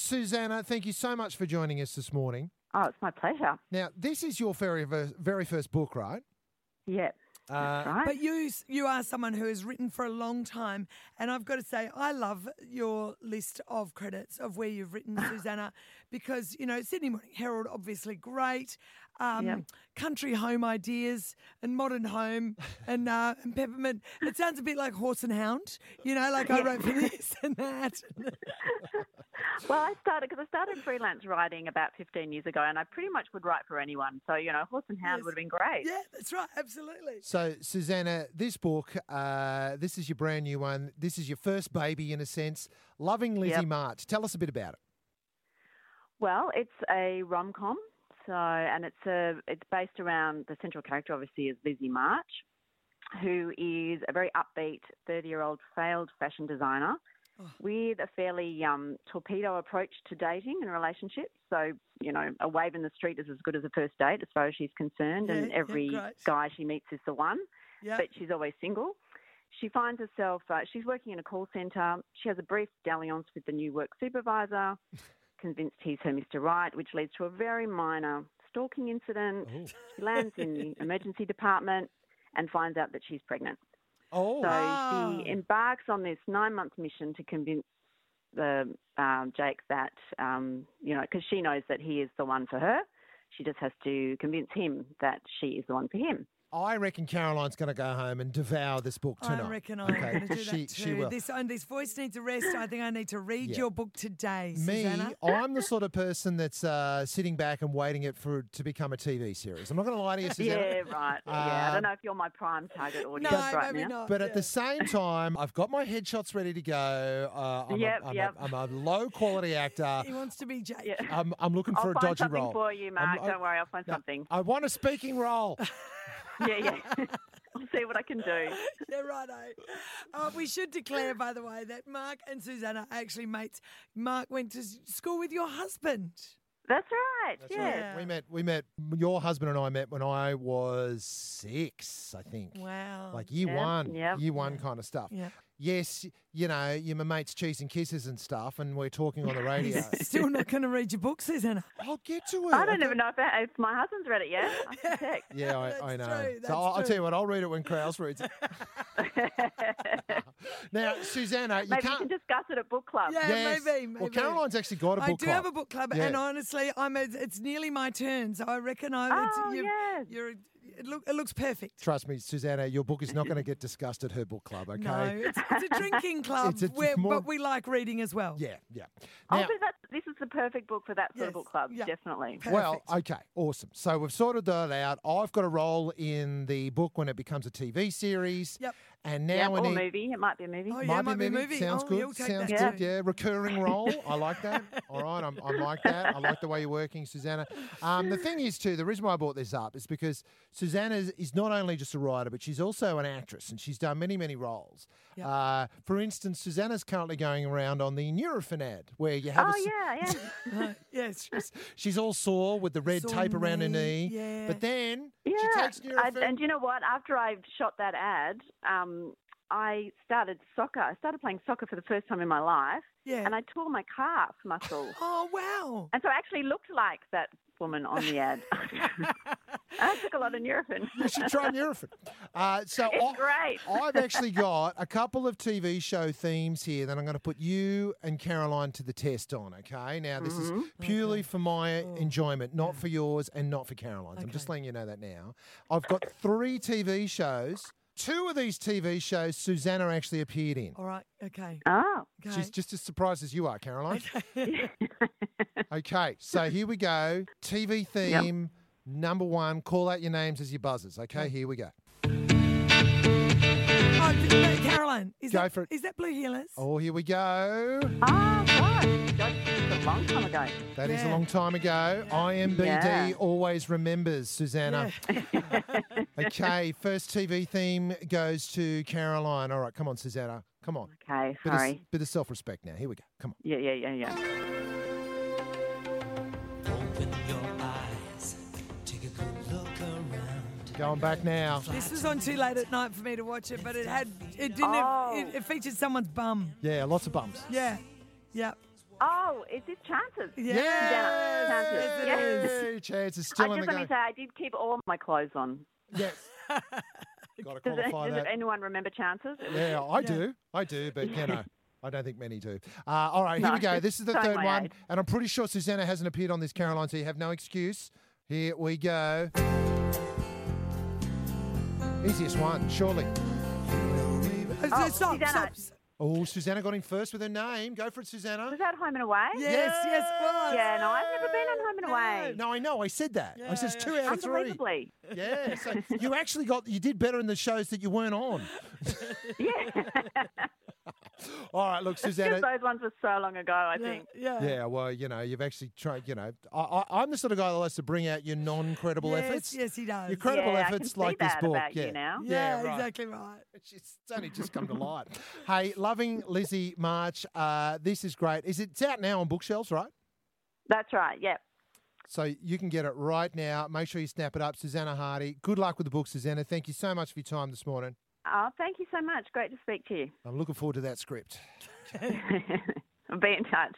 Susanna, thank you so much for joining us this morning. Oh, it's my pleasure. Now, this is your very, ver- very first book, right? Yeah. that's right. Uh, But you you are someone who has written for a long time, and I've got to say I love your list of credits of where you've written, Susanna, because you know Sydney Morning Herald, obviously great, um, Yep. country home ideas and modern home and, uh, and peppermint. It sounds a bit like horse and hound, you know, like I wrote for this and that. well, I started because I started freelance writing about 15 years ago, and I pretty much would write for anyone. So you know, horse and hound Yes. would have been great. yeah, that's right, absolutely. So, Susanna, this book, uh, this is your brand new one. This is your first baby, in a sense. Loving Lizzie Yep. March. Tell us a bit about it. Well, it's a rom com, so and it's a it's based around the central character obviously is Lizzie March, who is a very upbeat thirty year old failed fashion designer Oh. with a fairly um, torpedo approach to dating and relationships. So you know, a wave in the street is as good as a first date as far as she's concerned, and Yeah, yeah, every great. guy she meets is the one Yeah, but she's always single. She finds herself, uh, she's working in a call centre. She has a brief dalliance with the new work supervisor, convinced he's her Mr. Right, which leads to a very minor stalking incident. She lands in the emergency department and finds out that she's pregnant. Oh, So Ah. she embarks on this nine month mission to convince the um, Jake that, um, you know, because she knows that he is the one for her. She just has to convince him that she is the one for him. I reckon Caroline's going to go home and devour this book tonight. I reckon I'm Okay, going to do that she, too. She will. This and this voice needs a rest. I think I need to read Yeah. your book today, Me, Susanna. I'm the sort of person that's uh, sitting back and waiting it for to become a TV series. I'm not going to lie to you, Susanna. Yeah, right. yeah, I Um, don't know if you're my prime target audience no, right maybe now. not. But at the yeah. same time, I've got my headshots ready to go. Uh, I'm, Yep, a, I'm, yep. a, I'm a low quality actor. he wants to be Jake. Yeah. I'm, I'm looking I'll for a find dodgy something role. for you, Mark. I'm- Don't worry, I'll find No, something. I want a speaking role. Yeah, yeah. I'll see what I can do. Yeah, righto. Uh, we should declare, by the way, that Mark and Susanna are actually mates. Mark went to s- school with your husband. That's right. That's yeah. right. We met. We met. Your husband and I met when I was six, I think. Wow. Like year Yeah, one, yep. year one kind of stuff. yeah. Yes, you know, your mates, cheese and kisses and stuff, and we're talking on the radio. He's still not going to read your book, Susanna. I'll get to it. I don't I've even know if, that, if my husband's read it yet. I can check. got- Yeah, I, That's I know. true, that's so I'll, I'll true. tell you what. I'll read it when Kraus reads it. now, Susanna, you Maybe can't. we can discuss it at book club. Yeah, Yes. maybe, Well, maybe. Caroline's actually got a book I do club. have a book club, and Yeah. honestly, I'm. A, it's nearly my turn, so I reckon I. Oh, it's, yes. You're. It, look, it looks perfect. Trust me, Susanna, your book is not going to get discussed at her book club. Okay. No, it's, it's a drinking club, It's a- where, more- but we like reading as well. Yeah, yeah. Oh, I Now, think that Oh, this is the perfect book for that sort Yes, of book club. yeah. Definitely. well, okay, awesome. So we've sorted that out. I've got a role in the book when it becomes a TV series. Yep. And Yeah, now or I need. movie. It might be a movie. Oh, Might yeah. be might be a movie. Sounds Oh, good. you'll take Sounds that good. too. Yeah, recurring role. I like that. All right, I'm, I'm like that. I like the way you're working, Susanna. Um, the thing is, too, the reason why I brought this up is because Susanna is, is not only just a writer, but she's also an actress, and she's done many, many roles. Yeah. Uh, for instance, Susanna's currently going around on the Nurofen ad, where you have a Oh, s- yeah, yeah. No, Uh, yes. She's all sore with the red Sore tape around her knee, knee. yeah. But then she Yeah, takes I, Nurofen. and you know what? After I shot that ad, um, I started soccer. I started playing soccer for the first time in my life, Yeah. and I tore my calf muscle. oh wow. and so I actually looked like that woman on the ad. I took a lot of Nurofen. you should try Nurofen. Uh, so It's I, great. I've actually got a couple of TV show themes here that I'm going to put you and Caroline to the test on. Okay, now this is purely for my enjoyment, not for yours and not for Caroline's. I'm just letting you know that now. I've got three TV shows. Two of these TV shows Susanna actually appeared in. All right. Okay. Oh, Okay. She's just as surprised as you are, Caroline. okay, so here we go. TV theme number one. Call out your names as your buzzers. Okay, here we go. Oh, d- no, Caroline, is Go that, for it. is that Blue Healers? Oh, here we go. oh, God. God, this is a long time ago. That is a Yeah. long time ago. IMBD Yeah. always remembers, Susanna. okay, first TV theme goes to Caroline. All right, come on, Susanna. Come on. Okay, Bit of, sorry. bit of self respect now. Here we go. Come on. Yeah, yeah, yeah, yeah. Open your eyes, take a good look around. Going back now. This was on too late at night for me to watch it, but it had it didn't have, Oh. it, it featured someone's bum. Yeah, lots of bumps. Yeah. Yep. Oh, is this chances? Yes, Yes, it yes. is. Yay, Chance is I still in just the want game. to say I did keep all my clothes on. Yes. Got to Does, it- qualify does that. anyone remember chances? It was- Yeah, I Yeah. do. I do, but you know, I don't think many do. Uh, all right, here we No, go. This is the don't third my one, age. and I'm pretty sure Susanna hasn't appeared on this, Caroline, so you have no excuse. Here we go. Easiest one, surely. Oh, Oh, stop, Susanna. stop. Oh, Susanna got in first with her name. Go for it, Susanna. Was that Home and Away? Yes, yes, it was. Yeah, no, I've never been on Home and Away. No, I know. I said that. I said it's two out of three. Unbelievably. Yeah, so you actually got you did better in the shows that you weren't on. Yeah. All right, look, Susanna. Because those ones were so long ago, I Yeah, think. yeah. Yeah, well, you know, you've actually tried. You know, I, I, I'm the sort of guy that likes to bring out your non-credible yes, efforts. Yes, he does. Your credible Yeah, I can efforts, see like this that book. about you yeah. now. yeah, right. exactly right. It's only just come to light. hey, loving Lizzie March. Uh, this is great. Is it, it's out now on bookshelves, right? That's right, yep. So you can get it right now. Make sure you snap it up, Susanna Hardy. Good luck with the book, Susanna. Thank you so much for your time this morning. Oh, thank you so much. Great to speak to you. I'm looking forward to that script. Be in touch.